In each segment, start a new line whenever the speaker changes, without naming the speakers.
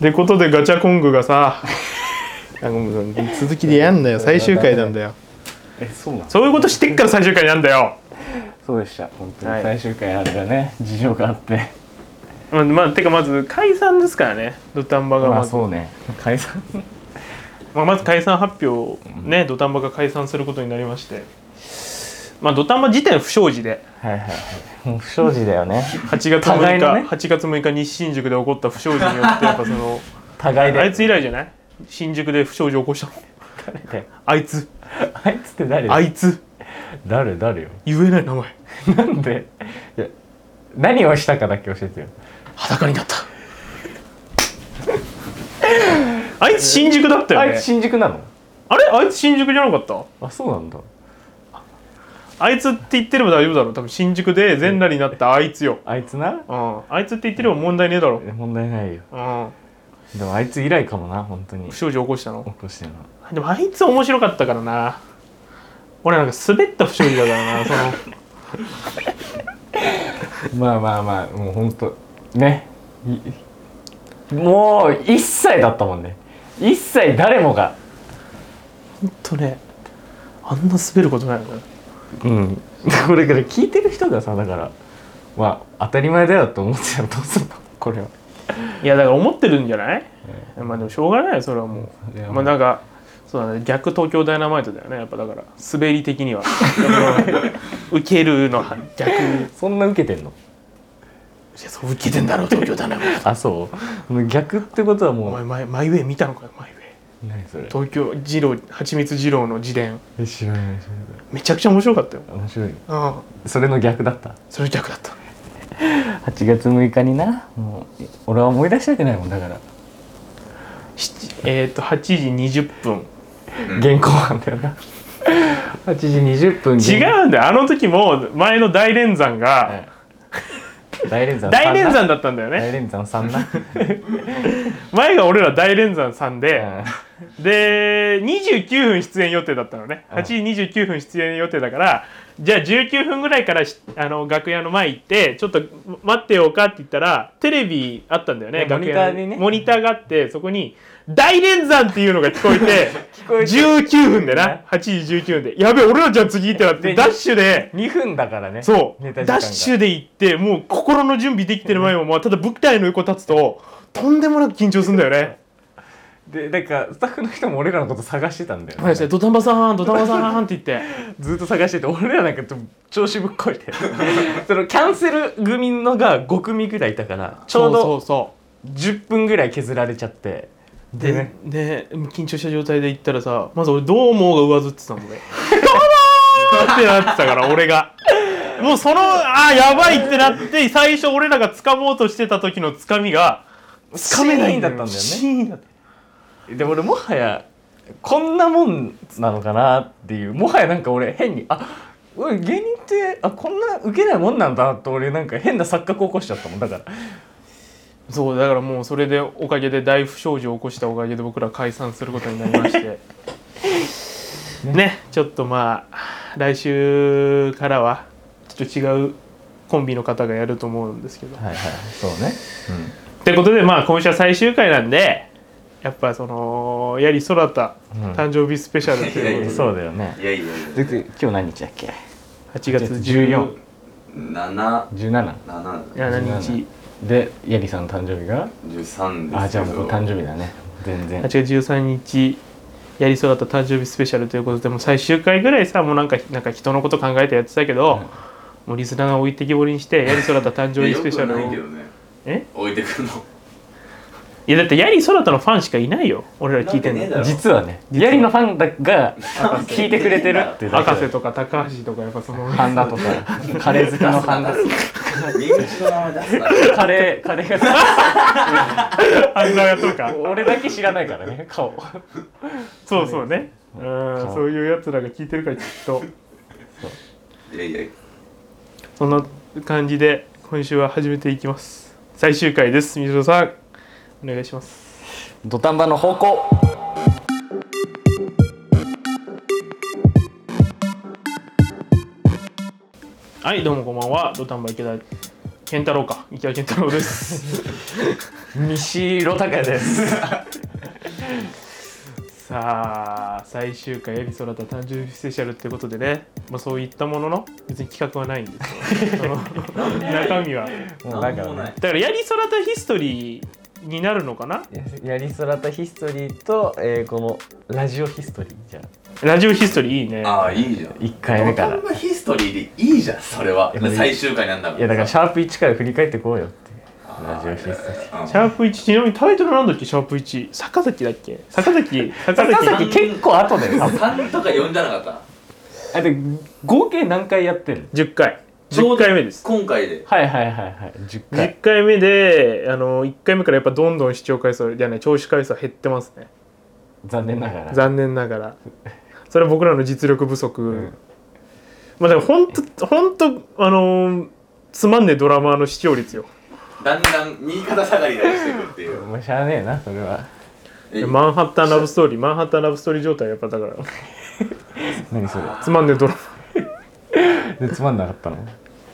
でことでガチャコングが さなんかもう続きでやんだよ最終回なんだよ
えそうなん
そういうことしてっから最終回なんだよ
そうでした本当
は
に
い
最終回なんだね事情があって
まあ、まあ、てかまず解散ですからね土壇場が
ま
ま
あ
ず、
そうね解散
まあ、まず解散発表ね土壇場が解散することになりましてまあ土壇場自体は不祥事で
はいはいはいもう不祥事だよね
8月6
互い
日、
のね
8月6日西新宿で起こった不祥事によ ってやっぱその
互いで
あいつ以来じゃない新宿で不祥事起こしたの
誰
あいつ
あいつって誰
あいつ
誰誰よ
言えない名前
なんでいや何をしたかだけ教えてよ
裸になった あいつ新宿だったよ
あ
ね
いつ新宿なの
あれあいつ新宿じゃなかった
あそうなんだ
あいつって言ってれば大丈夫だろ多分新宿で全裸になったあいつよ、
あいつな
うん、あいつって言ってれば問題ねえだろ、
え問題ないよ
うん、
でもあいつ以来かもな本当に
不祥事起こした
起
の
こしてるの
でもあいつ面白かったからな俺なんか滑った不祥事だからなそ の
まあまあまあもう本当ねいもう一切だったもんね一切誰もが
ほんとねあんな滑ることないよね
うん これから聞いてる人がさだからまあ当たり前だよと思ってたらどうすんのこれはい
やだから思ってるんじゃない、まあでもしょうがないよそれはもう、
いや
まあなんかそうだね逆東京ダイナマイトだよねやっぱだから滑り的に は受けるのは逆い
そんな受けてんの
やそう受けてんだろ東京ダイナマイト
あそう逆ってことは
お
も
前前マイウェイ見たのかよマイウェイ
う何それ
東京二郎蜂蜜二郎の自伝
え知らない知
めちゃくちゃ面白かったよ
らない面白い
あ
それの逆だった
あそれ逆だった
8月6日になもう俺は思い出したくないもんだから
七えっ、と8時20分
現行犯だよな8時20分
違
う
うんだよあの時も前の大連山が
大連山
大連
さんな
山だったんだよ
大
ね
連山さんな
前が俺ら大連山さんで、 で29分出演予定だったのね
うん
8時29分出演予定だからじゃあ19分ぐらいからしあの楽屋の前行ってちょっと待ってようかって言ったらテレビあったんだよね
ね
楽屋
モニターにね
モニターがあってそこに「大連山」っていうのが聞こえて
こえて
19分でな
ね
8時19分で「やべえ俺らじゃあ次」ってなって
で
ダッシュで。
2分だからね
そう
ネ
ダ
タ時間
ッ
が
シュで行ってもう心の準備できてる前も、まあ、ただ舞台の横立つととんでもなく緊張するんだよね。
でなんかスタッフの人も俺らのこと探してたんだよ、
はいですね、ドタンバさんドタンバさんって言って。
ずっと探してて俺らなんかちょっと調子ぶっこいて そのキャンセル組のが5組ぐらいいたからちょう
そ
ど
うそ
10分ぐらい削られちゃって
うそうでね緊張した状態で行ったらさまず俺「どうも」が上ずってたもんね「どうも!」ってなってたから俺がもうそのあーやばいってなって最初俺らが掴もうとしてた時の掴みが掴めない
シーンだったんだよ
シ
ね
ーンだった
で俺もはやこんなもんなのかなっていうもはやなんか俺変にあ俺芸人ってあこんなウケないもんなんだと俺なんか変な錯覚起こしちゃったもんだから
そうだからもうそれでおかげで大不祥事を起こしたおかげで僕ら解散することになりまして ねちょっとまあ来週からはちょっと違うコンビの方がやると思うんですけど
はいはいそうね、
ってことでまあ今週は最終回なんでやっぱそのやはり空田
うん
誕生日スペシャルと
いやい
いう
や
こと
そうだよね
いやいやい
でで今日何日だっけ
で8月14
7
17
7日
でヤリさんの誕生日が
713ですけど
あじゃあもう誕生日だね全然
8月13日やりそうだった誕生日スペシャルということでもう最終回ぐらいさもうなんかなんか人のこと考えてやってたけど、もうリスナーが置いてきぼりにしてやりそうだった誕生
い
日
や
ス
よ
ペ
く
シャル
ないけど
を
ね
え
置いてくの
いやだってやりそうだったのファンしかいないよ俺ら聞いてん
なわけねえ
の
だろ
実はねヤリのファンだが聞いてくれてるってだけ
博士とか高橋とかやっぱその
ハンダとかカレー好きのハンダ
人気の名前出すな
カレーカレーが
ハンダとか
俺だけ知らないからね顔
そうそうねうん
顔
そういうやつらが聞いてるからきっと
いやいや
そんな感じで今週は始めていきます最終回です水野さんお願いします
土壇場の方向
はいどうもこんばんは土壇場池田健太郎か池田健太郎です
西ロタカです。
さあ最終回「エビソラタ誕生日スペシャル」ってことでね、まあ、そういったものの別に企画はないんです よその中身は
もうだか
なんも
ら
な
ね
い。
だからやりそらたヒストリーになるのかな
ややりそらたヒストリーと、えーこのラジオヒストリーじゃあ
ラジオヒストリーいいね
ああいいじゃん
1回目から
こんなヒストリーでいいじゃんそれはい
や
最終回なんだもん
いやだからシャープ1から振り返ってこうよってラジオヒストリー
ー
シャープ1ちなみにタイトルなんだっけシャープ1坂崎だっけ坂崎坂
高
崎
崎結構後だよ多分
3とか呼んじゃなかっ
あで合計何回やってる
10回
たちょう
10
ど
回目です
今回で
はいはいはいはい10
10回目であの1回目からやっぱどんどん視聴回数じゃない聴取回数は減ってますね
残念ながら
残念ながらそれは僕らの実力不足、まあでもほんとほんとあのーつまんねえドラマーの視聴率よ
だんだん右肩下がりになしていくっていう
もうしゃあねえなそれは
え
マンハッタンラブストーリーマンハッタンラブストーリー状態やっぱだから
何それ
つまんねえドラマ
でつまんなかったの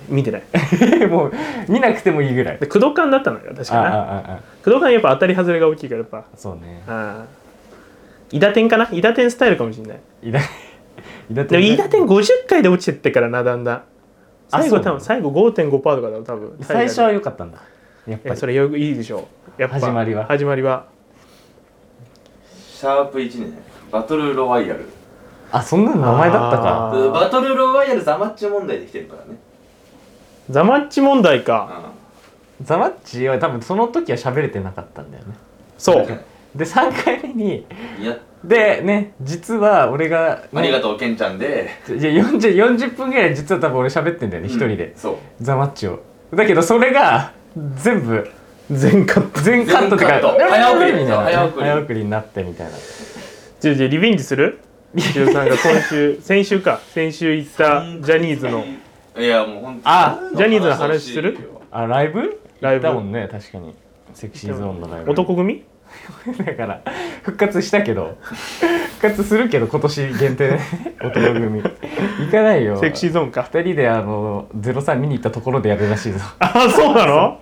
見てない
もう見なくてもいいぐらい
で駆動感だったのよ確
ああ
かに
ああ
駆動感やっぱ当たり外れが大きいからやっぱ
あそうね
あ伊ダ天かな伊ダ天スタイルかもしれない
いだいだ
でも伊ダ
て
天50回で落ちてってからなだんだん
あ
最後
そう
多分最後5.5%とかだろ多分
最初
海外
は
で
良かったんだやっ
い
ぱ
や
り
それよいいでしょうやっぱ
始まりは
始まりは
シャープ1ねバトルロワイヤル
あそんな名前だった
あ
か
ー
バトルロワイヤルザマッチ問題できてるからね
ザマッチ問題か
ザマッチは多分その時は喋れてなかったんだよね
そ
うん
う
で3回目に
いや
でね実は俺が、ね、
ありがとうケンちゃんで
いや 40, 40分ぐらい実は多分俺喋ってんだよね一、人で
そう
ザ・マッチをだけどそれが全部
全カット
全カットってか
全カット早送り
みたいな
早送り
早送りになってみたいな
じゃあじゃあリベンジする一郎さんが今週先週か先週行ったジャニーズの
いやもう本当
あ
ジャニーズの話する
あライブ
ライ
行
ブ
ったもんね確かにセクシーゾーンのライブ
男組
だから復活したけど復活するけど今年限 定でね男組行かないよ
セクシーゾーンか
2人であの03見に行ったところでやるらしいぞ
あそうなの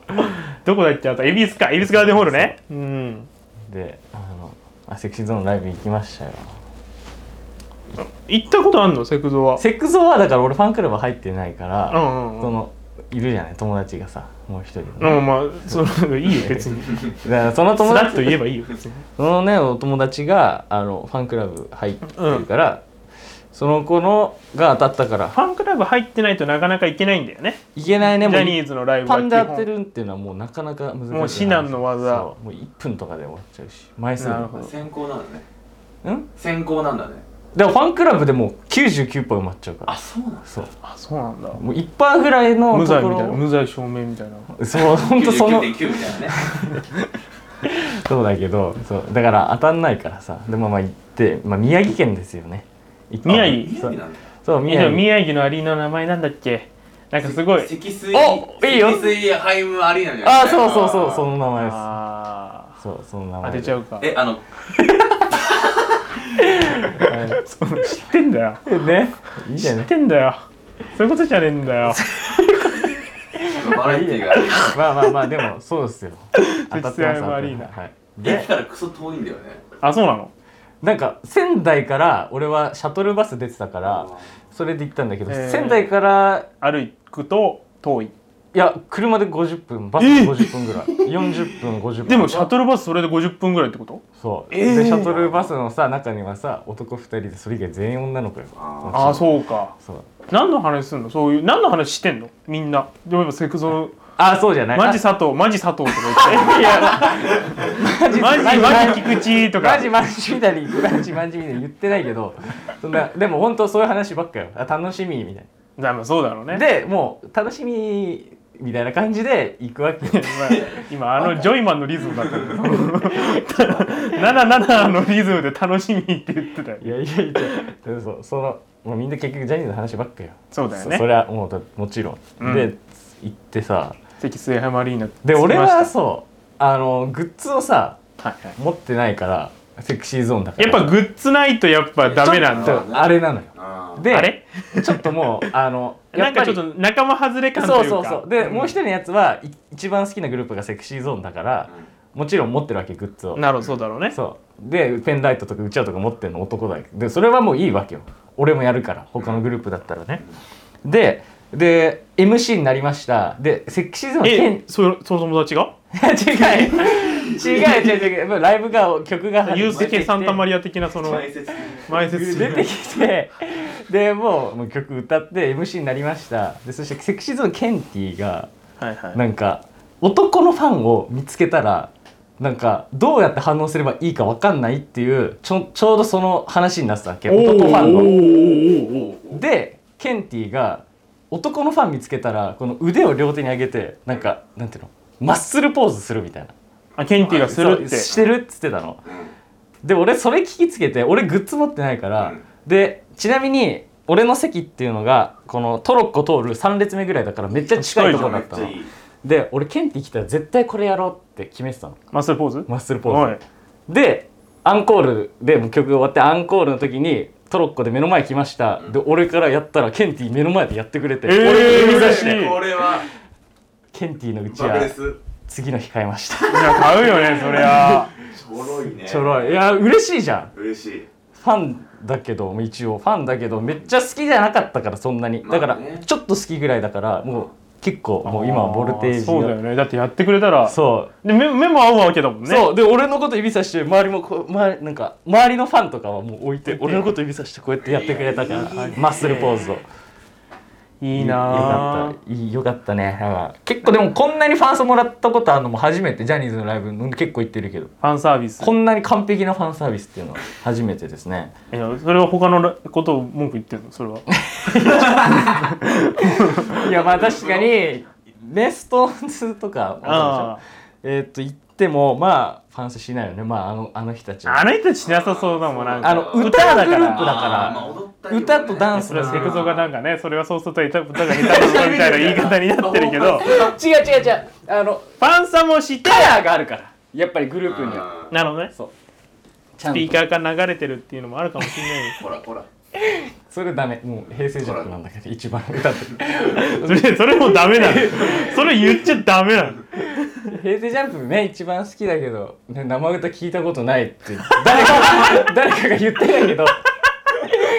どこだっけあと恵比寿か恵比寿ガーデンホールねうん
であのあセクシーゾーンのライブ行きましたよ
行ったことあんのセクゾは
セクゾーはだから俺ファンクラブ入ってないから、
うんうんうん
そのいるじゃない友達がさもう一人のね、
うんまあそのいいよ別に
だからその
ス
友
ラッと
達
言えばいいよ別に
そのねお友達があのファンクラブ入ってるから、その子のが当たったから
ファンクラブ入ってないとなかなか行けないんだよね
いけないね
ジ
もう
ャニーズのライブ
パンで
は
や
基
っ
本
てるっていうのはもうなかなか難しい
もう至難の業
そうもう1分とかで終わっちゃうし枚数
なるほど
先行なんだね
うん
先行なんだね
でもファンクラブでもう99%埋まっちゃうから
そうなん
そう
あそうなんだ
もう1%ぐらいの
無
と
罪
こ
みたいな
ろ
無罪証明みたいな
そう本当その
99.9みたいなね
そうだけどそうだから当たんないからさでまあまあ行って、まあ、宮城県ですよね行った
宮城
宮城なんだ
そう
宮
宮
城
城
宮城のアリーナの名前なんだっけなんかすごい
積水
おいいよ
積水ハイムアリーナみたいな
ああそうそうそうその名前です
あ
そうその名
ー当
前
てちゃうか
えあの
は
知ってんだよ
いねいいじ
知
ゃな
っ
い
てんだよそういうことじゃねえんだよ
バラエティーが
まあまあまあでもそ うですよ当たってます
アリーナ
当たってますはい
駅
で
からクソ遠いんだよね
あそうなの
なんか仙台から俺はシャトルバス出てたからそれで行ったんだけど、
へー
仙台から
歩くと遠い
いや車で50分バスで50分ぐらい、40分50分
でもシャトルバスそれで50分ぐらいってこと
そう、
えー
でシャトルバスのさ中にはさ男2人でそれ以外全員女の子よ
あ
ああ
う
そうか
そう
何の話すんのそういう何の話してんのみんなでもやっぱセクゾ
ああそうじゃない
マジ佐藤マジ佐藤とか言っていや
マ
マ
ジ
ジ
マジ
マジ菊池とか
マジマジみたいにマジマジみたいに言ってないけどそんなでも本当そういう話ばっかよあ楽しみみたい
だまあそうだろう
な
ね
でもう楽しみみたいな感じで行くわ けよ
まあ今あのジョイマンのリズムだったけど77のリズムで楽しみって言ってたよ
いやいやいやそうそのもうみんな結局ジャニーズの話ばっかよ
そうだよ
そそ
ね
れはもうだもちろん、
うん
で行ってさ
関水浜アリーナ
で
着きま
俺
した
はそうあのグッズをさ
はいはい
持ってないからセクシーゾーンだから
やっぱグッズないとやっぱダメなん
ちょっ
だ
とあれなのよ
あな
で
あれ
ちょっと もうあのや
な
っ
ん
ぱ
かちょ
り
っと仲間外れ感と
そう
いうか
そうそうで、もう一
人
人のやつはい一番好きなグループがセクシーゾーンだからもちろん持ってるわけグッズを
なるほどそうだろうね
そうでペンライトとかうちわとか持ってるの男だけでそれはもういいわけよ俺もやるから他のグループだったらねでで MC になりましたでセクシーゾーン けん
えそその友達が
違う違う違う違うもうライブが曲が
ユース
出てき
ケ・
て
サンタマリア的なその
前説
前説
出てきてでもうもう曲歌って MC になりましたでそしてセクシーゾーンケンティが
はいはい
なんか男のファンを見つけたらなんかどうやって反応すればいいかわかんないっていうちょちょうどその話になってたわけ男ファン
ン
の。でケンティが男のファン見つけたらこの腕を両手に上げてなんかなんていうのマッスルポーズするみたいな
あケンティがするっ
そ
て
うしてるっつってたので俺それ聞きつけて俺グッズ持ってないから、
うん
でちなみに俺の席っていうのがこのトロッコ通る3列目ぐらいだからめっちゃ近いところだったの
いい
で俺ケンティ来たら絶対これやろうって決めてたの
マッスルポーズ
マッスルポーズ、
はい
でアンコールでもう曲が終わってアンコールの時にトロッコで目の前来ました、で俺からやったらケンティ目の前でやってくれて、
えー
俺を指
嬉
し
しい
て
これは
ケンティのうち
爆
は
レス
次の日買いました、
いや買うよねそりゃ
ちょろいね
ちょろいいや嬉しいじゃん
嬉しい
ファンだけど一応ファンだけどめっちゃ好きじゃなかったからそんなにだから
まあね
ちょっと好きぐらいだからもう結構 もう今はボルテージが
そうだよねだってやってくれたら
そう
で目目も合うわけだもんね
そうで俺のこと指さして周りもこう周りなんか周りのファンとかはもう置いて俺のこと指さしてこうやってやってくれたからマッスルポーズを
いい
よ
な
か
あ
ったいいよかったねだから結構でもこんなにファンソもらったことあるのも初めてジャニーズのライブの結構行ってるけど
ファンサービス
こんなに完璧なファンサービスっていうのは初めてですね
いやそれは他のらことを文句言ってるのそれはい
やまあ確かにねストーンズとか
あ
えーっと行ってもまあファンスしないよねまああのあの人たち
ああの人たちしなさそうだもんなんか
あの歌
だ
だ
か
からら
まあ踊ったりもね
歌とダンス
それは
が
セクゾがなんかねそれはそうすると歌が下手くそだみたいな言い方になってるけどフ
違う違う違うあの
ァンサもして
カラーがあるからやっぱりグループには
あー
なるほどねス
そうちゃん
ピー
と
カーが流れてるっていうのもあるかもしれない
ほらほら
それダメもう平成ジャンクなんだけど一番歌って
それそれもダメ なのそれ言っちゃダメなの
る平成ジャンプね一番好きだけど、ね、生歌聞いたことないっ て誰か誰かが言ってたけどい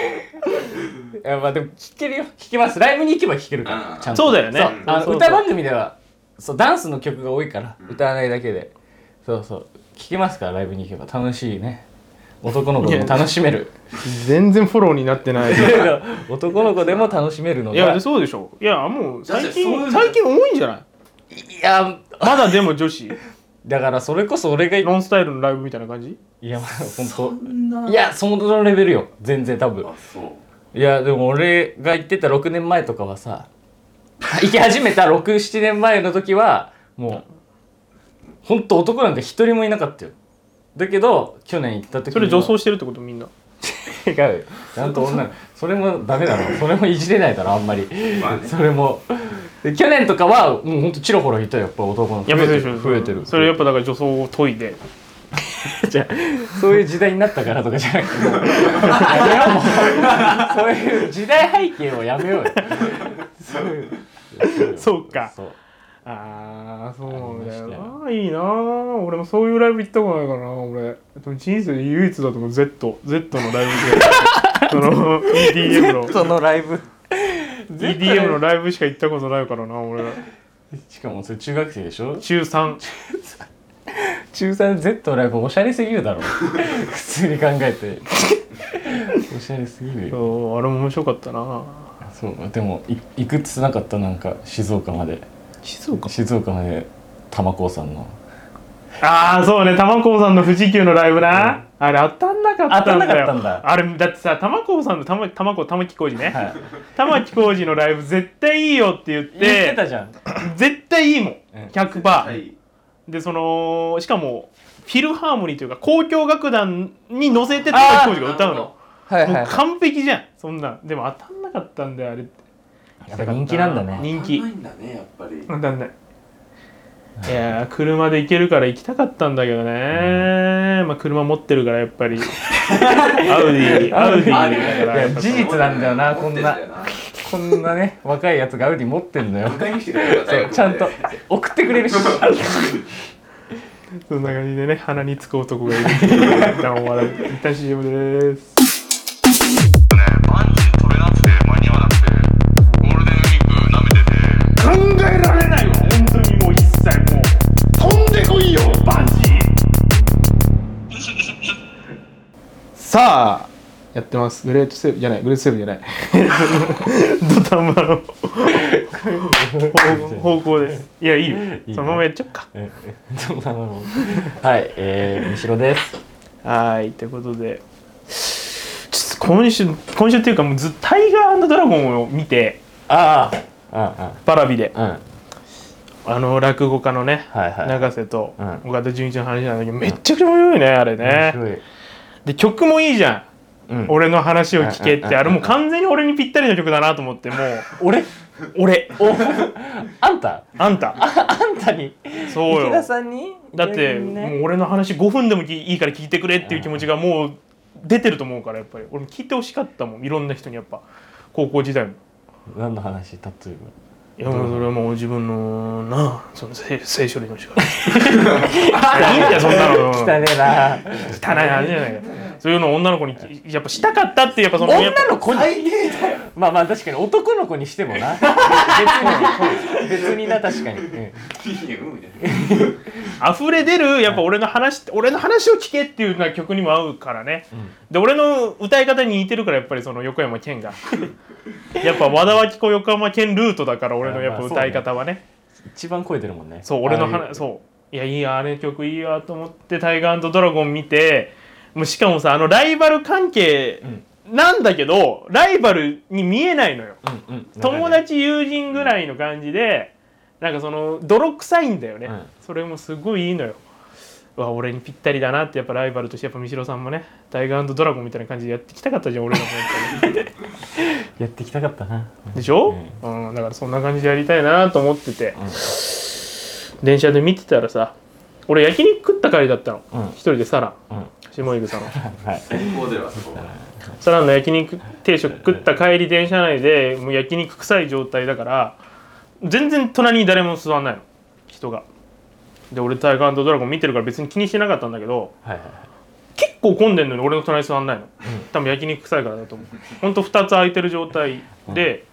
やまあでも聞けるよ聞けますライブに行けば聞けるから
うん
ちゃんと
そうだよね
そうあ
そうそうそ
の
う
歌番組ではそうダンスの曲が多いから歌わないだけでそうそう聞けますからライブに行けば楽しいね男の子でも楽しめる
全然フォローになってないい
男の子でも楽しめるのが
やそうでしょいやもう最
だってそうい
近
う
最近多いんじゃない
いや
まだでも女子
だからそれこそ俺がい
ノンスタイルのライブみたいな感じ
やまあ
そ
本
んな
当いやそのレベルよ全然多分
あそう
いやでも俺が行ってた6年前とかはさ行き始めた67年前の時はもう本当男なんて一人もいなかったよだけど去年行った時
そ
に
れ
は
女装してるってことみんな
違うよちゃんと女のそれもダメだろそれもいじれないだろあんまり
まあね
それもで去年とかはもうほんとちらほらいたよやっぱ男の子
やめ
増
て
え
る
て
で
る
しょ
増えてる
それやっぱだから女装を解いて
じゃあそういう時代になったからとかじゃなくてもうやめようもうそういう時代背景をやめようよそういう
そうか
そう
ああそうだよ
ありま
なあいいなあ俺もそういうライブ行ったことないからな俺でも人生で唯一だと思う ZZ のライブでその EDM の
そのライブ
EDM のライブしか行ったことないからな俺
しかもそれ中学生でしょ
中3
中 3Z のライブおしゃれすぎるだろ普通に考えておしゃれすぎるよ
そうあれも面白かったな
そうでもい行くっつなかったなんか静岡まで
静岡
静岡まで玉子さんの
ああそうね玉子さんの富士急のライブな、あれ当たんなかったんだよ
当たんなかったんだ
あれだってさ玉子さんの玉玉子玉置浩二ね、
はい
玉置浩二のライブ絶対いいよって言って
言ってたじゃん
絶対いいもん
うん
100%、
はい
でそのしかもフィルハーモニーというか交響楽団に乗せて玉置浩二が歌うのも
は
う完璧じゃんそんなんでも当たんなかったんだよあれって
やっぱ人気なんだね
人
人
気
気ないんだねやっぱり
当たんないいやー車で行けるから行きたかったんだけどね、まあ車持ってるからやっ ぱりアウディアウディ
アウデ
だ
ィ
からやっぱ
事実なんだよなこんな
持ってだよ
こんなね若いやつがアウディ持ってんのよ
迎えに来てくれる
そうちゃんと送ってくれるし
そんな感じでね鼻につく男がいるっていう一旦終わる一旦 CM でーす
バンジー取れなくて間に合わなくてゴールデンウィーク舐めてて
考えられないよ本当にもう一切もう飛んでこいよバンジー
さあやってますグレートセーブじゃないグレートセーブじゃない 土壇場 の方方向ですいやいいよ
いい
そのままやっちゃおうか
ええどうなのはいえー、みしろです
はーいということでちょっと今週今週っていうかもうずっとタイガードラゴンを見て
あーあ
パラビで
うんうんうん
あの落語家のね、
はいはい
永瀬と
うん
岡田准一の話なんだけどめっちゃくちゃ面白いねあれ
面
ね
白い
で曲もいいじゃん
うん
俺の話を聞けっ
うんうんうんう
て
ん
あれもう完全に俺にぴったりの曲だなと思っても う
俺
俺
おあんた
あんた
あんたに
そう
池田
よ
さんに
だって
池田君に
も
ね
う俺の話5分でもいいから聞いてくれっていう気持ちがもう出てると思うからやっぱり俺も聞いてほしかったもんいろんな人にやっぱ高校時代も。
何の話例え
いやもうそれはもう自分のなその性性処理の仕 方
ば
いいんだよそんなの
汚ねえな
汚い話じゃないかそういうのを女の子にやっぱしたかったってやっぱそのやっぱ
女の子に
最低だよ
まあまあ確かに男の子にしても な別に別にな確かに、うん
いいよみたいな
溢れ出るやっぱ俺の話俺の話を聞けっていうような曲にも合うからね、で俺の歌い方に似てるからやっぱりその横山健がやっぱ和田脇子横山健ルートだから俺のやっぱ歌い方はね
一番超えてるもんね
そう俺の
ああい
話
う
そういやいいやあれ曲いいわと思って「タイガードラゴン」見てもうしかもさあのライバル関係なんだけど、ライバルに見えないのよ
うんうん
友達友人ぐらいの感じで、なんかその泥臭いんだよね、
うん
それもすごいいいのようわ俺にぴったりだなってやっぱライバルとしてやっぱ三代さんもね「タイガードラゴン」みたいな感じでやってきたかったじゃん俺らもやっぱり
やっていきたかったな
でしょ、うんだからそんな感じでやりたいなと思ってて、電車で見てたらさ俺焼肉食った帰りだったの、
うん
一人でサラン
うん
下井草の
はい
最高だよあそこ
サランの焼肉定食食った帰り電車内でもう焼肉臭い状態だから全然隣に誰も座んないの人がで俺タイガードラゴン見てるから別に気にしてなかったんだけど
はいはい
結構混んでんのに俺の隣座んないの、多分焼肉臭いからだと思うほんと2つ空いてる状態で、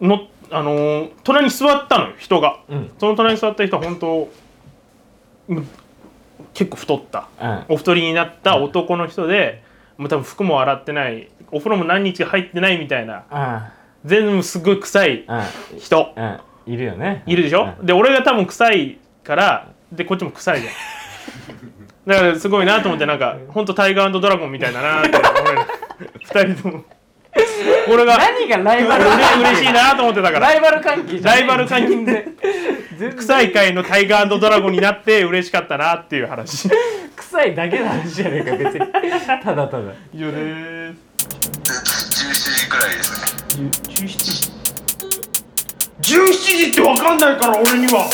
のあのー隣に座ったのよ人が、
うん
その隣に座った人は本当む結構太った
はい
お太りになった男の人で、もう多分服も洗ってないお風呂も何日か入ってないみたいな
う
全部すごい臭い
ん
人
うんうんいるよね
いるでしょ、
うん
で俺が多分臭いからでこっちも臭いじゃん だからすごいなと思ってなんかほんとタイガードラゴンみたいだなって俺二人とも俺が
何がライ バル
俺嬉しいなと思ってたから
ライバル関係じゃ
ラ
ない
イバル関係で臭い会のタイガードラゴンになって嬉しかったなっていう話
臭いだけの話じゃねえか別にただただ
以上です
17時くらいですね
17時って分かんないから俺には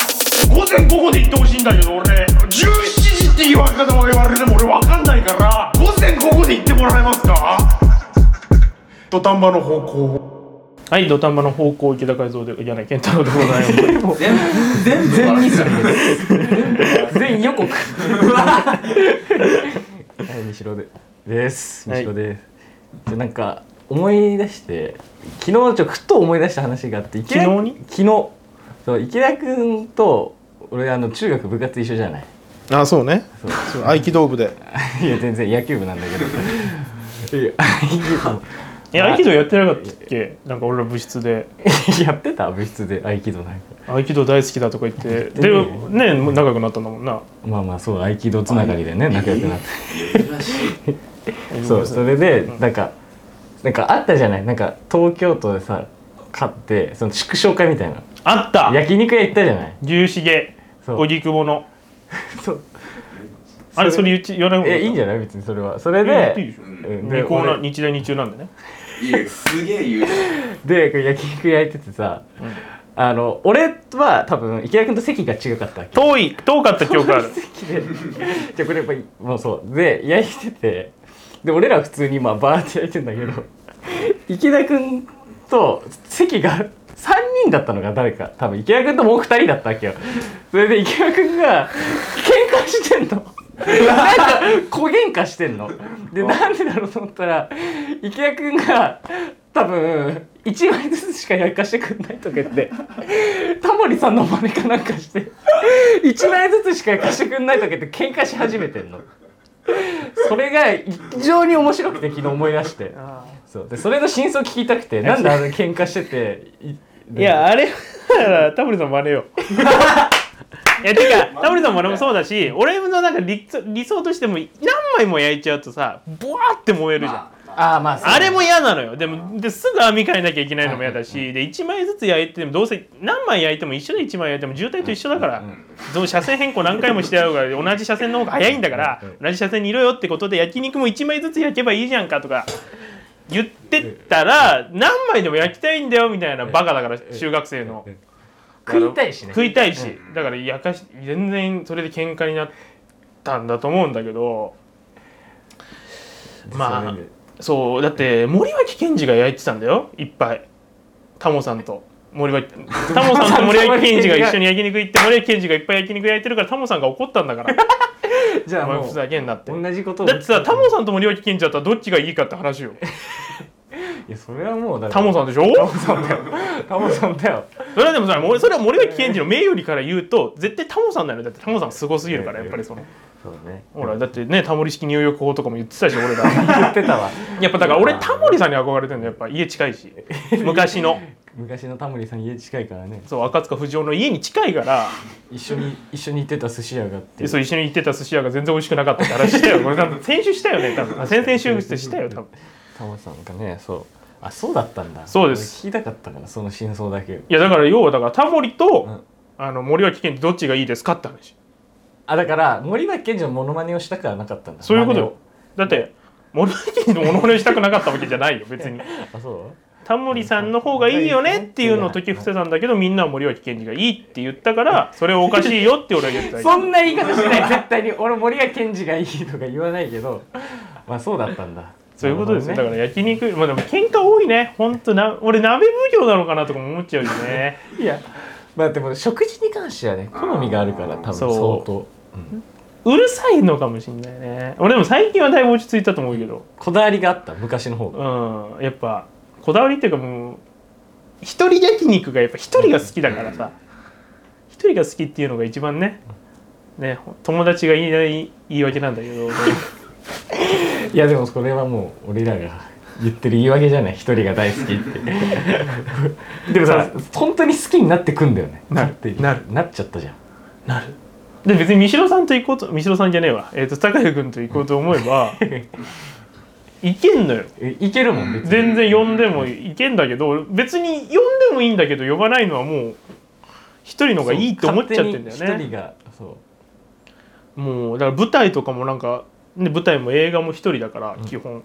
午前午後で言ってほしいんだけど俺17時って言われ方を言われても俺分かんないから午前午後で言ってもらえますか土壇場の方向
はい土壇場の方向池田海蔵でいやない健太郎でございます
全部全部笑ってる
全員予告はい西郎でです
はい
西郎です、でなんか思い出して昨日ちょっとふと思い出した話があって池田
昨日に
昨日そう池田君と俺あの中学部活一緒じゃない
あそうね
そ う
合気道部で
いや全然野球部なんだけどいや野
え合気道やってなかったっけなんか俺ら部室で
球部やってた部室で合気道なんか
合気道大好きだとか言って
ね
でねもう仲良くなったんだもんな
まあまあそう合気道つながりでね仲良くなって
珍しい
そうそれでなんかなんかあったじゃないなんか東京都でさ買ってその縮小会みたいな
あった
焼肉屋行ったじゃない
牛茂
そう
荻窪の
そう
あれそれ言っち言わない方が
えいいんじ
ゃ
ゃない別にそれはそれ
いいで
で
し
う
ょ
ん
うんで
二校な
俺
日大日中なんでね
いやすげえ言うじゃん
で焼肉屋行っててさ、あの俺は多分池田君と席が違かったわけ
遠い遠かった記憶ある
席でじゃあこれやっぱりもうそうで焼いててで俺ら普通にまあバーって焼いてんだけど池田君と席が3人だったのが誰か多分池田君ともう2人だったわけよそれで池田君が喧嘩してんのなんか小喧嘩してんのでなんでだろうと思ったら池田君が多分1枚ずつしか焼かしてくんないとか言ってタモリさんの真似かなんかして1枚ずつしか焼かしてくんないとか言って喧嘩し始めてんのそれが非常に面白くて昨日思い出してそうでそれの真相聞きたくてなんであの喧嘩しててい
いやあれはタモリさん真似よ いやてかタモリさんも俺もそうだし俺のなんか理理想としても何枚も焼いちゃうとさボワーって燃えるじゃん、
ああまあそう
あれも嫌なのよでもですぐ網変えなきゃいけないのも嫌だし、で1枚ずつ焼いてもどうせ何枚焼いても一緒で1枚焼いても渋滞と一緒だから、どう車線変更何回もしてやるから同じ車線の方が早いんだから、同じ車線にいろよってことで焼肉も1枚ずつ焼けばいいじゃんかとか言ってったら何枚でも焼きたいんだよみたいなバカだから中学生の
食いたいしね
食いたいしだから焼かし全然それで喧嘩になったんだと思うんだけどまあそうだって森脇健児が焼いてたんだよいっぱいタモさんと森 脇タモさんと森脇健児が一緒に焼肉行って森脇健児がいっぱい焼肉焼いてるからタモさんが怒ったんだから
じゃあ
お前
も
ふざ
う
けんなってだ
同じことを
ってさタモさんと森脇健児だったらどっちがいいかって話 よ
いやそれはもうだ
タモさんでしょ
さんだよタモさんだよ
それはでもさもうそれは森脇健児の名よりから言うと絶対タモさんなのよだってタモさんすごすぎるからやっぱりその
そうだね
ほらだってねタモリ式入浴法とかも言ってたし俺ら
言ってたわ
やっぱだから俺タモリさんに憧れてんだよやっぱ家近いし昔 の
昔のタモリさん家近いからね
そう赤塚不二夫の家に近いから
一緒に一緒に行ってた寿司屋があって
でそう一緒に行ってた寿司屋が全然美味しくなかったって話 したよ。これ多分先週したよね。多分あ先々週したよ。多分。
タモさんがねそうあそうだったんだ
そうです
俺聞きたかったからその真相だけを
いやだから要はだからタモリと、
うん
あの森脇健児どっちがいいですかって話。
あだから森脇健児のモノマネをしたくはなかったんだ
そういうこと
マネ
よ。だって森脇健児のモノマネしたくなかったわけじゃないよ別に。
をあそう
タモリさんの方がいいよねっていうのを時伏せたんだけどみんなは森脇健児がいいって言ったからそれはおかしいよって俺は言ったわけ
そんな言い方しない絶対に俺森谷健児がいいとか言わないけどまあそうだったんだ
そういうことですね。
ね
だから焼肉まあでも喧嘩多いね。本当な俺鍋奉行なのかなとかも思っちゃうよね。
いやまあでも食事に関してはね好みがあるから多分
そ
相
う
当
うるさいのかもしんないね俺でも最近はだいぶ落ち着いたと思うけど
こだわりがあった昔の方が
うんやっぱこだわりっていうかもう一人焼肉がやっぱ一人が好きだからさ一人が好きっていうのが一番ねね友達がいない言い訳なんだけど
いやでもそれはもう俺らが言ってる言い訳じゃない一人が大好きってでもさ本当に好きになってくんだよね
なる
勝手に
なる
なっちゃったじゃん
なるで別に三代さんと行こうと三代さんじゃねえわ、えー、と高谷君と行こうと思えば行けんのよ
えいけるもん別に
全然呼んでもいけんだけど別に呼んでもいいんだけど呼ばないのはもう一人の方がいいって思っちゃってんだよ
勝手に
ね
一人がそう
もうだから舞台とかもなんか、ね、舞台も映画も一人だから基本、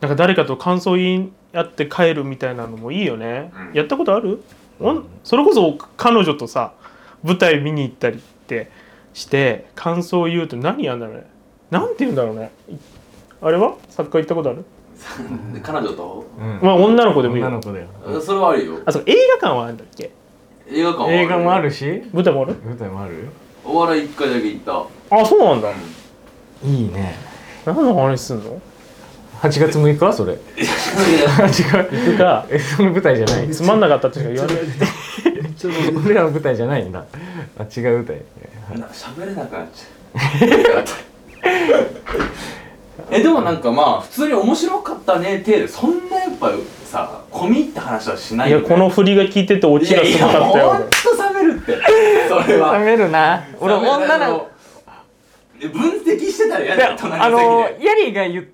なんか誰かと感想言い合って帰るみたいなのもいいよね、やったことある、おん、それこそ彼女とさ舞台見に行ったりってして感想を言うと何やんだろうねなんて言うんだろうねあれは作家行ったことある、
で彼女と
うん
まあ女の子でもいい
女
よ
の子だよ
それはあるよ
あそう映画館はあるんだっけ
映画館は
映画もあるし
舞台もある
舞台もあるよ
お笑い一回だけ行った
あそうなんだ
いいね
何の話すんの
8月6日それ違う
てか
えその舞台じゃな い
つまんなかったってしか言わない
俺らの舞台じゃないんだあ違う舞台
な喋れなくなっちゃうえでもなんかまあ普通に面白かったね程度そんなやっぱさ込み入った話はしないいよ
や
ね
この振りが効いててオチがすごかった
いやいやほ
よ
んと冷めるってそれは
冷めるな俺
冷める
女
あ
の
のえ分析してたら嫌
い
だよ
や
隣
あ
の席で
のヤリが言っ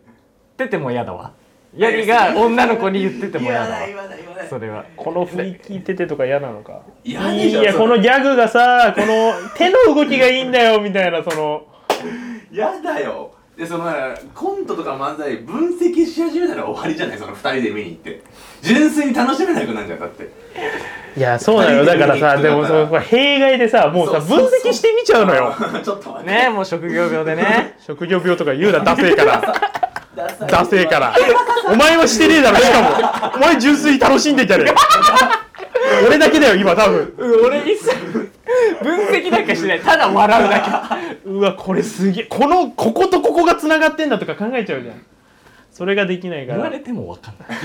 てても嫌だわヤリが女の子に言ってても
言
嫌
わ
だわ
ない言わない言わない
それは
この振り聞いててとか嫌なのか
いや
いやこのギャグがさこの手の動きがいいんだよみたいなその
やだよでそのコントとか漫才分析し始めたら終わりじゃないその2人で見に行って純粋に楽しめなくなるんじゃんだって
いやそうなのよだからさでもそこ弊害でさもうさ
そうそう
分
そ
析
う
してみちゃうのよ
ちょっと待って
ねもう職業病で ね
職業病とか言うなダセえから
ダサい
ダセえからお前はしてねえだろしかもお前純粋に楽しんでんじゃねえよ俺だけだよ今多分
俺一切 分析なんかしないただ笑うだ
うわこれすげえこのこことここがつながってんだとか考えちゃうじゃんそれができない
け
か
言われ
ら
ても分かんない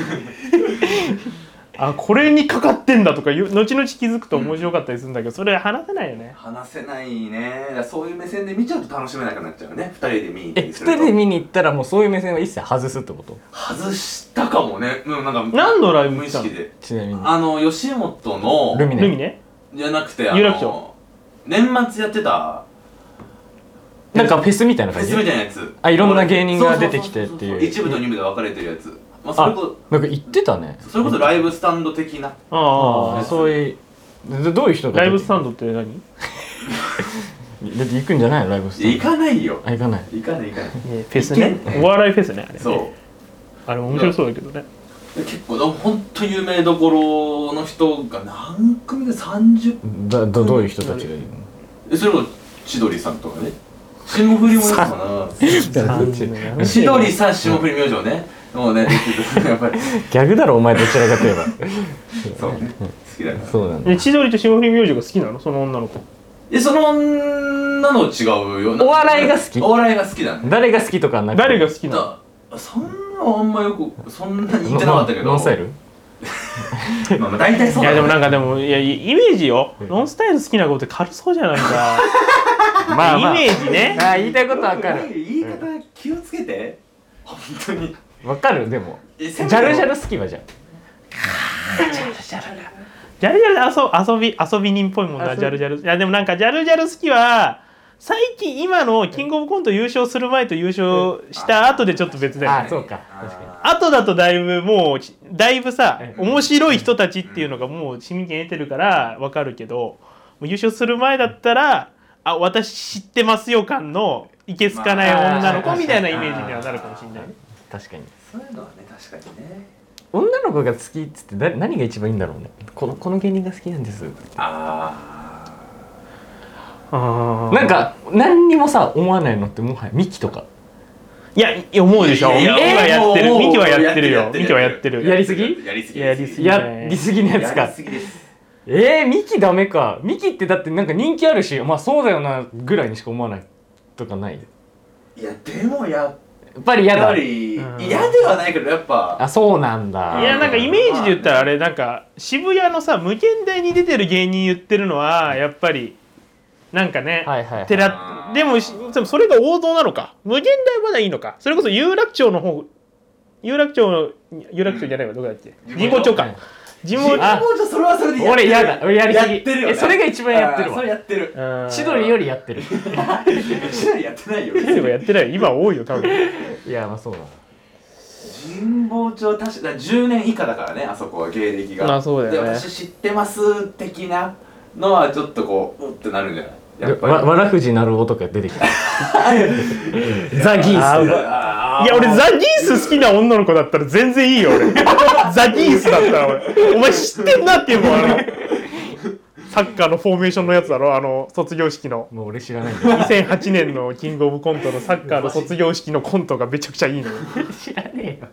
あこれにかかってんだとかいう後々気づくと面白かったりするんだけどそれ話せないよね
話せないねだからそういう目線で見ちゃうと楽しめなくなっちゃうね2人で見に 行
え
った
2
りする
人
と
で見に行ったらもうそういう目線は一切外すってこと
外したかもねうんなんか
何のライブ
無
行
意
ったの
識で
ちなみに
あの吉本の
ルミネ
ルミネ
じゃなくてあ
有楽町
の年末やってた
なんかフェスみたいな
フ
感
ェ
じ
スみたいなやつ
あいろんな芸人が出てきてっていう
そそそそ一部と二部で分かれてるやつまあそれ
あ
こ
なんか言ってたね
そそれこそライブスタンド的な
あ
あ
あ
ーそういうどどういう人が
ライブスタンド
ド
って何
だって行くんじゃないのライブスタンド
行かないよ
あ行かない
行かない行かない
フェスねお笑いフェスねあれ
そう
あれ面白そうだけどね
で結構でもほんと有名どころの人が何組で30
だどどういう人たちがいる の
えそれこそ千鳥さんとかね霜降りもいるかな千鳥さん霜降り明星ねもうね やっぱり
ギャグだろお前どちらかといえば
そうね好きだから
そうなんだ
え千鳥と霜降り明星が好きなのその女の子
えその女の違うよな
お笑いが好き
お笑いが好きだね
誰が好きとかなんか
誰が好きなの
だそんなあんまよくそんなに言ってなかったけ
ノ
ど
ンノンスタイル
まあまあ大体そ
いうや
だね
でもなんかでもいやイイメージよ
ん
ノンスタイル好きな子って軽そうじゃないか
まあまあ
イメージね
あ言いたいことわかる
言い方気をつけて本当に
わかるでも
え
ジ
せめて
ャルジャル好きはじゃん
ジャルジャルで遊遊び遊び人っぽいもんな
遊び
ジャルジャルいやでもなんかジャルジャル好きは最近今のキングオブコント優勝する前と優勝した後でちょっと別だよ
あ
ね
そうか確か
後だとだいぶもうちだいぶさ面白い人たちっていうのがもう市民権得てるからわかるけどもう優勝する前だったら「あ私知ってますよ」感のいけすかない女の
ま
子
あ
みたいなイメージにはなるかもしれないね
に確かに
そういうのはね確かにね
女の子が好きっつって誰何が一番いいんだろうねこのこの芸人が好きなんです
ああ
なんか何にもさ思わないのってもはやミキとか
いやいや思うでしょミ
い
キ
や
はい
や
やって
も
る
う
ミキはやってるよ
もう
ミキはやってる
やりすぎ
やりすぎ
やりすぎ
やりすぎのやつ
や
か
りすぎです
えー、ミキダメかミキってだってなんか人気あるしまあそうだよなぐらいにしか思わないとかないや
いやでもや
っぱり嫌
やっぱ
だ
り
うん
嫌ではないけどやっぱ
あそうなんだ
いやなんかイメージで言ったらあれなんか渋谷のさ無限大に出てる芸人言ってるのはやっぱりなんかね
はいはい、はい、
寺でもしでもそれが王道なのか無限大まだいいのかそれこそ有楽町の方有楽町の有楽町じゃないわどこだっけ
うん
神保町か 神
も
保
うち
町
ょそれはそれで
俺嫌だ俺やりすぎ
やってるよね
えそれが一番やってる
あーそ
わ
れやってる
うん
千鳥よりやってる
千鳥やってないよ
テレビはやってないよ今多いよ多分
いやまあそうだな
神保町確か10年以下だからねあそこは芸歴が
まあそうだよね
で私知ってます的なのはちょっとこううってなるんじゃないやっぱり
わわらふじなるおとか出てき たザ・ギ
あ
ー
う
ス
わいや俺ザ・ギース好きな女の子だったら全然いいよ 俺ザ・ギースだったら俺お前知ってんなっていうもん あのサッカーのフォーメーションのやつだろあの卒業式の
もう俺知らないんだよ
2008年のキングオブコントのサッカーの卒業式のコントがめちゃくちゃいいのよ
知らねえよ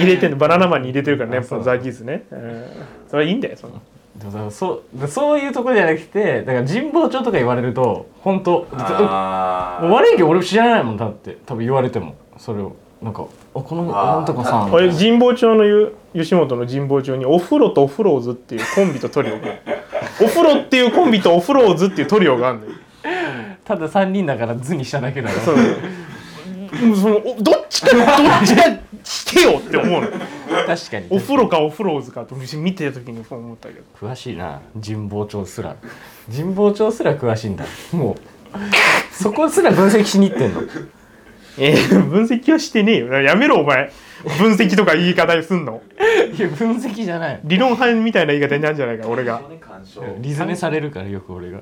入れてんのバナナマンに入れてるからねやっ
あ
ぱ
そう
ザ・ギースね、うん、それはいいんだよその
でもさそうそういうところじゃなくてだから神保町とか言われると本当
あー
悪いけど俺知らないもんだって多分言われてもそれをなんか「あこの
あー
なんとかさん」
俺神保町のゆ吉本の神保町にお風呂とお風呂ーズっていうコンビとトリ オがお風呂っていうコンビとお風呂ーズっていうトリオがあるのよ
ただ3人だから図にしただけだから
そうもうそのおどっちかどっちかしてよって思う の
確かに
お風呂かお風呂ーズかと見てた時にそう思ったけど
詳しいな神保町すら神保町すら詳しいんだもうそこすら分析しに行ってんの
えー分析はしてねえよやめろお前分析とか言い方すんの
いや分析じゃない
理論派みたいな言い方になるんじゃないか俺が
鑑賞ね鑑賞
リ ズメされるからよく俺が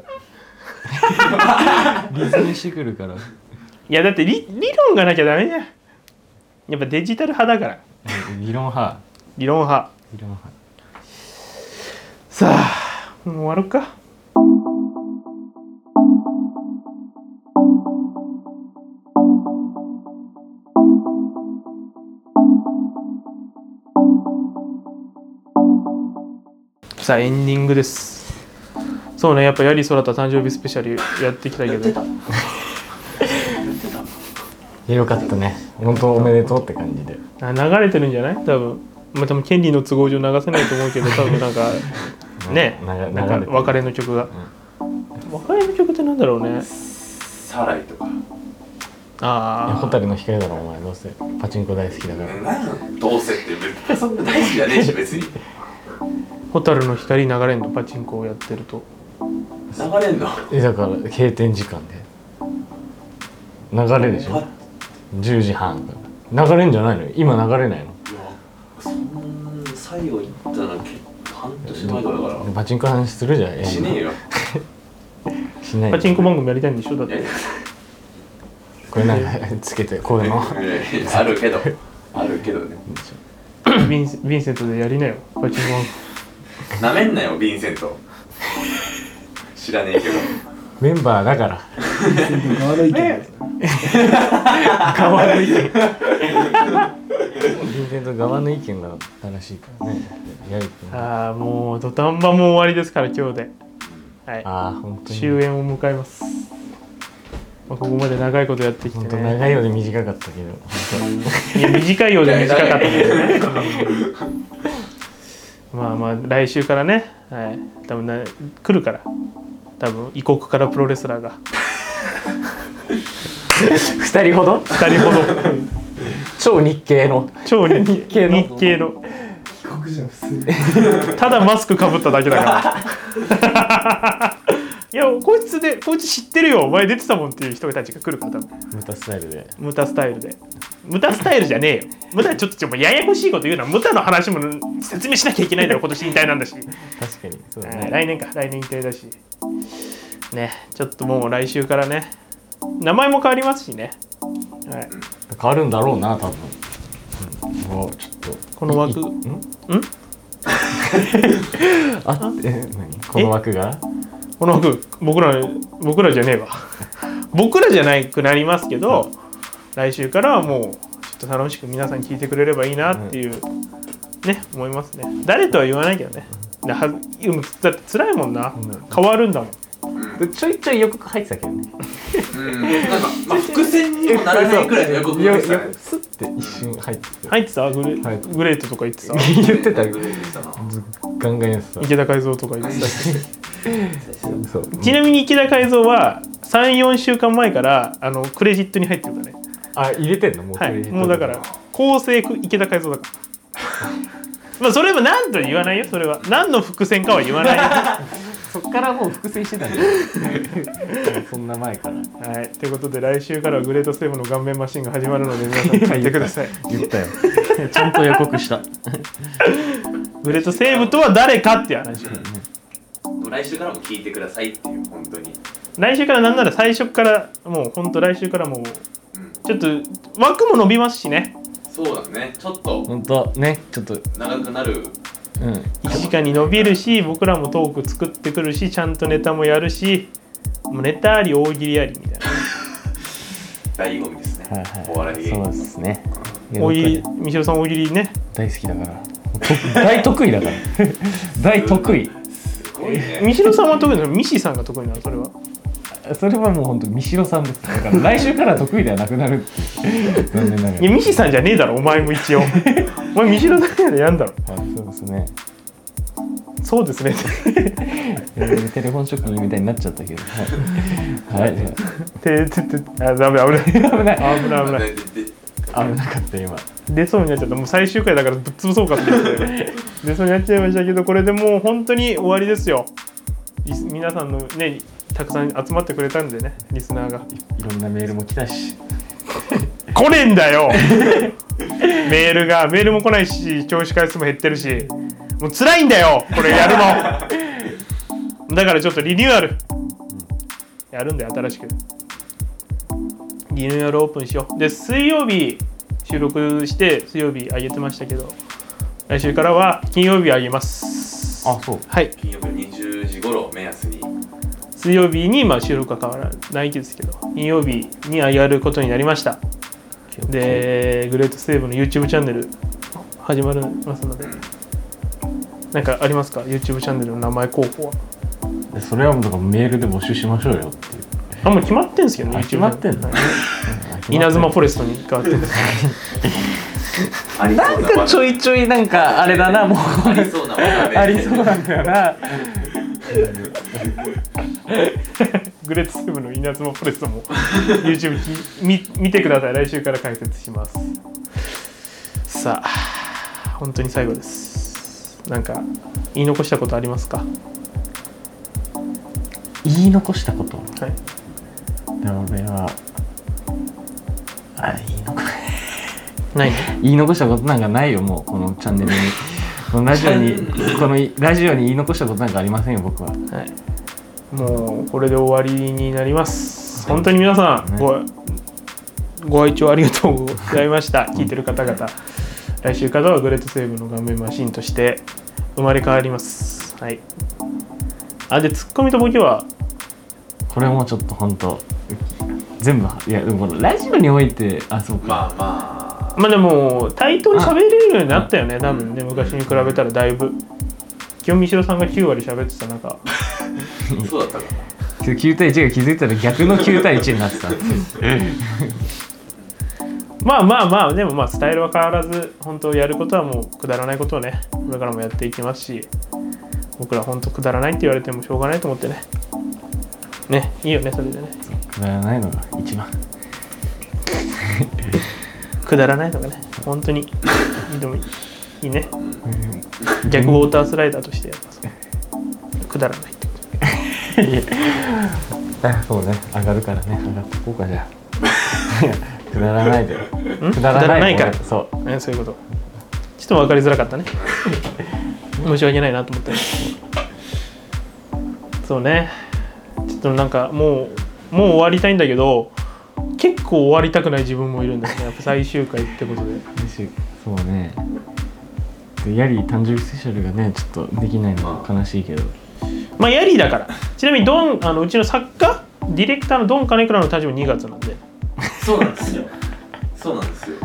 リズメしてくるから
いやだって理理論がなきゃダメじゃんやっぱデジタル派だから
理論派
理論派
理論派
さあもう終わろうかさあエンディングですそうねやっぱやりそらた誕生日スペシャルやってきたけど
いやよかったね本当おめでとうって感じで
あ流れてるんじゃない多分まあ多分権利の都合上流せないと思うけど多分なんかね
な流
なんか
れて
別れの曲が、別れの曲ってなんだろうね
サライとか
いや
ああ
蛍の光だろお前どうせパチンコ大好きだから
なんどうせって別にそんな大好きじゃねえし別に
蛍の光流れんのパチンコをやってると
流れんの
えだから閉店時間で流れるでしょ10時半から流れんじゃないの今流れないの
いやそんな最後行ったの結構半年前とかだか
パチンコの話するじゃん
らしねえ
よ
よ
しない
パチンコ番組やりたいんでしょだって
これなんかつけてこういう の
あるけどあるけどね
ヴィンセヴィンセントでやりなよパチンコ番組
なめんなよヴィンセント知らねえけど
メンバーだから
悪いけ ど
人間と側の意見が正しいからねやるってね
ああもう土壇場も終わりですから今日ではい
ああ本当に
終焉を迎えます、まあ、ここまで長いことやってきて
本当
ね
長いようで短かったけど本
いや短いようで短かったけどね
ね
まあまあ来週からね、はい、多分な来るから多分異国からプロレスラーが
当二人ほ ど
2人ほど
超日系の
超日
日系の
日系の
帰国じゃん普通に
ただマスクかぶっただけだからいやこいつでこいつ知ってるよお前出てたもんっていう人たちが来るから多分
ムタスタイルで
ムタスタイルでムタスタイルじゃねえよムタちょっとちょっとややこしいこと言うなムタの話も説明しなきゃいけないだろ今年引退なんだし
確かにそうだ
はい
ね
来年か来年予定だしねちょっともう来週からね名前も変わりますしね、はい、
変わるんだろうな多分、うん、うわちょっと
この枠
いんんあって何この枠が
この枠僕ら僕らじゃねえわ 僕らじゃないくなりますけど、来週からはもうちょっと楽しく皆さん聞いてくれればいいなっていう、ね思いますね誰とは言わないけどねだはでもだって辛いもんな、
ん
変わるんだもん
ちょいちょい予告入ってたけどね
うんなんか、まあ、伏線にもならないくらいの予告
よ
で
よ
したね
スッて一瞬入ってた
入ってたグレ,、
はい
グレートとか言 ってた
言ってたよ
な
ガンガンやってた
池田海蔵とか言ってた
そう
ちなみに池田海蔵は34週間前からあのクレジットに入ってるからね
あ入れてんのもう、
はいもうだから構成池田海蔵だから まあそれも何とは言わないよそれは何の伏線かは言わ ないよ、
そっからもう複製してたねそんな前から
はい、ということで来週からはグレートセブンの顔面マシンが始まるので皆さん買ってください
言ったよちゃんと予告した
グレートセーブとは誰かっていう話
来週からも聞いてくださいっていう本当に
来週からなんなら最初からもうほんと来週からもうちょっと枠も伸びますしね
そうだねちょっと
本当ねちょっと
長くなる
うん
1時間に伸びるし僕らもトーク作ってくるしちゃんとネタもやるしもうネタあり大喜利ありみたいな
醍醐味ですね、
はいはい
お笑い芸
そう
人
ですね
大喜利みしろさん大喜利ね
大好きだからと大得意だから 大得意
すごいね
みしろさんは得意なのミシさんが得意なのそれは
それはもう本当三代さんですだから来週から得意ではなくなるっていう残念なが
いや
ら
ミシさんじゃねえだろお前も 一応お前みしろさんやでやんだろ
あそうですね、
そうです ね
えーテレフォンショッキングみたいになっちゃったけどはい、はい、
てててあダメ危ない危
危ない
ない危ない
ででで
危なかった今
出そうになっちゃったもう最終回だからぶっ潰そうかって思って出そうになっちゃいましたけどこれでもう本当に終わりですよリス皆さんのねたくさん集まってくれたんでねリスナーが
いろんなメールも来たし
来ねえんだよメールがメールも来ないし聴取回数も減ってるしもう辛いんだよこれやるのだからちょっとリニューアルやるんだよ新しくリニューアルオープンしようで水曜日収録して水曜日上げてましたけど来週からは金曜日上げます
あそう
はい
金曜日20時頃を目安に
水曜日にまあ収録は変わらないですけど金曜日に上がることになりましたでグレートセーブの YouTube チャンネル始まりますのでなんかありますか YouTube チャンネルの名前候補は
でそれはもうだからメールで募集しましょうよっていう
あもう決まってんすけどね
あ
YouTube
決まってんの
はい稲妻フォレストに変わってる
ありそうな
なんかちょいちょいなんかあれだなもう
ありそうなわかめ
ありそうなんだよな
グレートセブンの稲妻フォレストも YouTube き見見てください来週から解説しますさあ本当に最後ですなんか言い残したことありますか
言い残したこと
はい
でも俺はあ言い残
ないの
言い残したことなんかないよもうこのチャンネルにこのラジオにこのラジオに言い残したことなんかありませんよ僕は
はい、もうこれで終わりになります。本当に皆さん、ごご愛聴ありがとうございました。聞いてる方々、来週からはグレートセーブの顔面マシンとして生まれ変わります。はい。あでツッコミとボケは
これもちょっと本当全部いやでもこのラジオにおいてあそうか、
まあまあ
まあでも対等に喋れるようになったよね。多分ね昔に比べたらだいぶ。清美代さんが9割喋ってた中、
そうだったかな
9対1が気づいたら逆の9対1になって た
まあまあまあでもまあスタイルは変わらず本当やることはもうくだらないことをねこれからもやっていきますし僕ら本当くだらないって言われてもしょうがないと思ってねねいいよねそれでね
くだらないのが一番
くだらないとかね本当にいいでもいいいいね逆ウォータースライダーとしてやりますくだらないってこと
あそうね上がるからね上がってこうかじゃあくだらないでくだらな
く
い
だらないから
そう
ねそういうことちょっと分かりづらか ったね申し訳ないなと思ったそうねちょっとなんかもうもう終わりたいんだけど結構終わりたくない自分もいるんですねやっぱ最終回ってことで
私そうねでやり誕生日スペシャルがねちょっとできないのは悲しいけど
まあヤリーだからちなみにドンあのうちの作家ディレクターのドン金倉の誕生日2月なんで、
そうなんですよそうなんですよ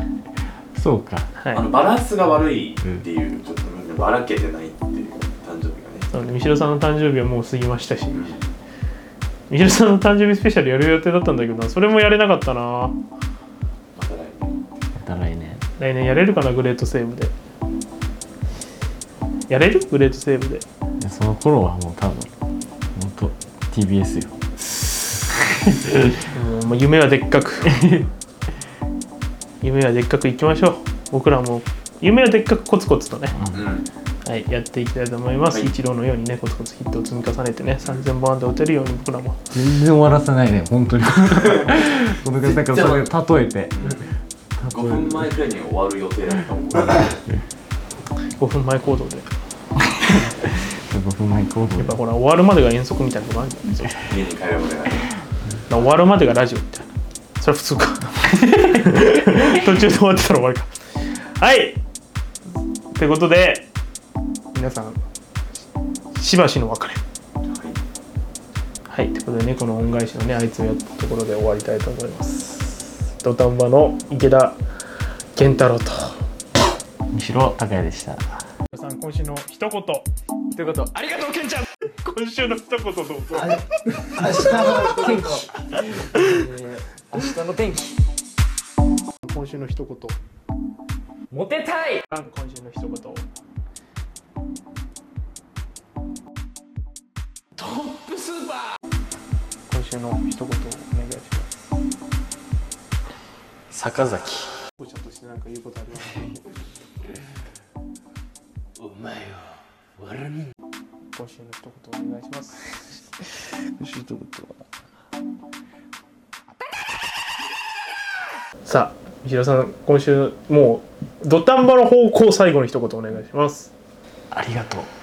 そうか
はい
あのバランスが悪いっていうちょっとみんなばらけてないっていう誕生日がね
なので三代さんの誕生日はもう過ぎましたし三代さんの誕生日スペシャルやる予定だったんだけどなそれもやれなかったな
また来年
また来年
来年やれるかなグレートセーブでやれるグレートセーブで
でその頃はもう多分ほんと TBS よ
うんもう夢はでっかく 夢はでっかくいきましょう僕らも夢はでっかくコツコツとね、
うん
はい、やっていきたいと思います、
はい
一郎のようにねコツコツヒットを積み重ねてね3000本安打打てるように僕らも
全然終わらせないね本当 にこのなんかそれ例えて
5分前くらいに終わる予定だったもんね
5分前行動でや
5分前行動
っぱほら終わるまでが遠足みたいなとこあるじゃんですよ
家に帰ればね
だから終わるまでがラジオみたいなそれは普 通か途中で終わってたら終わりかはいってことで皆さんししばしの別れはいってことでねこの恩返しのねあいつをやったところで終わりたいと思います土壇場の池田健太郎と
西野孝也でした
皆さん今週の一言ということありがとう健ちゃん今週の一言どうぞ
明日の天気
今週の一言
モテたい
今週の一言トップスーパー今週の一言お願いします
坂崎
お茶として何か言うことありますかお前は笑に今週の一言お願いします今週の一言はさあ三浦さん今週もう土壇場の方向最後に一言お願いします
ありがとう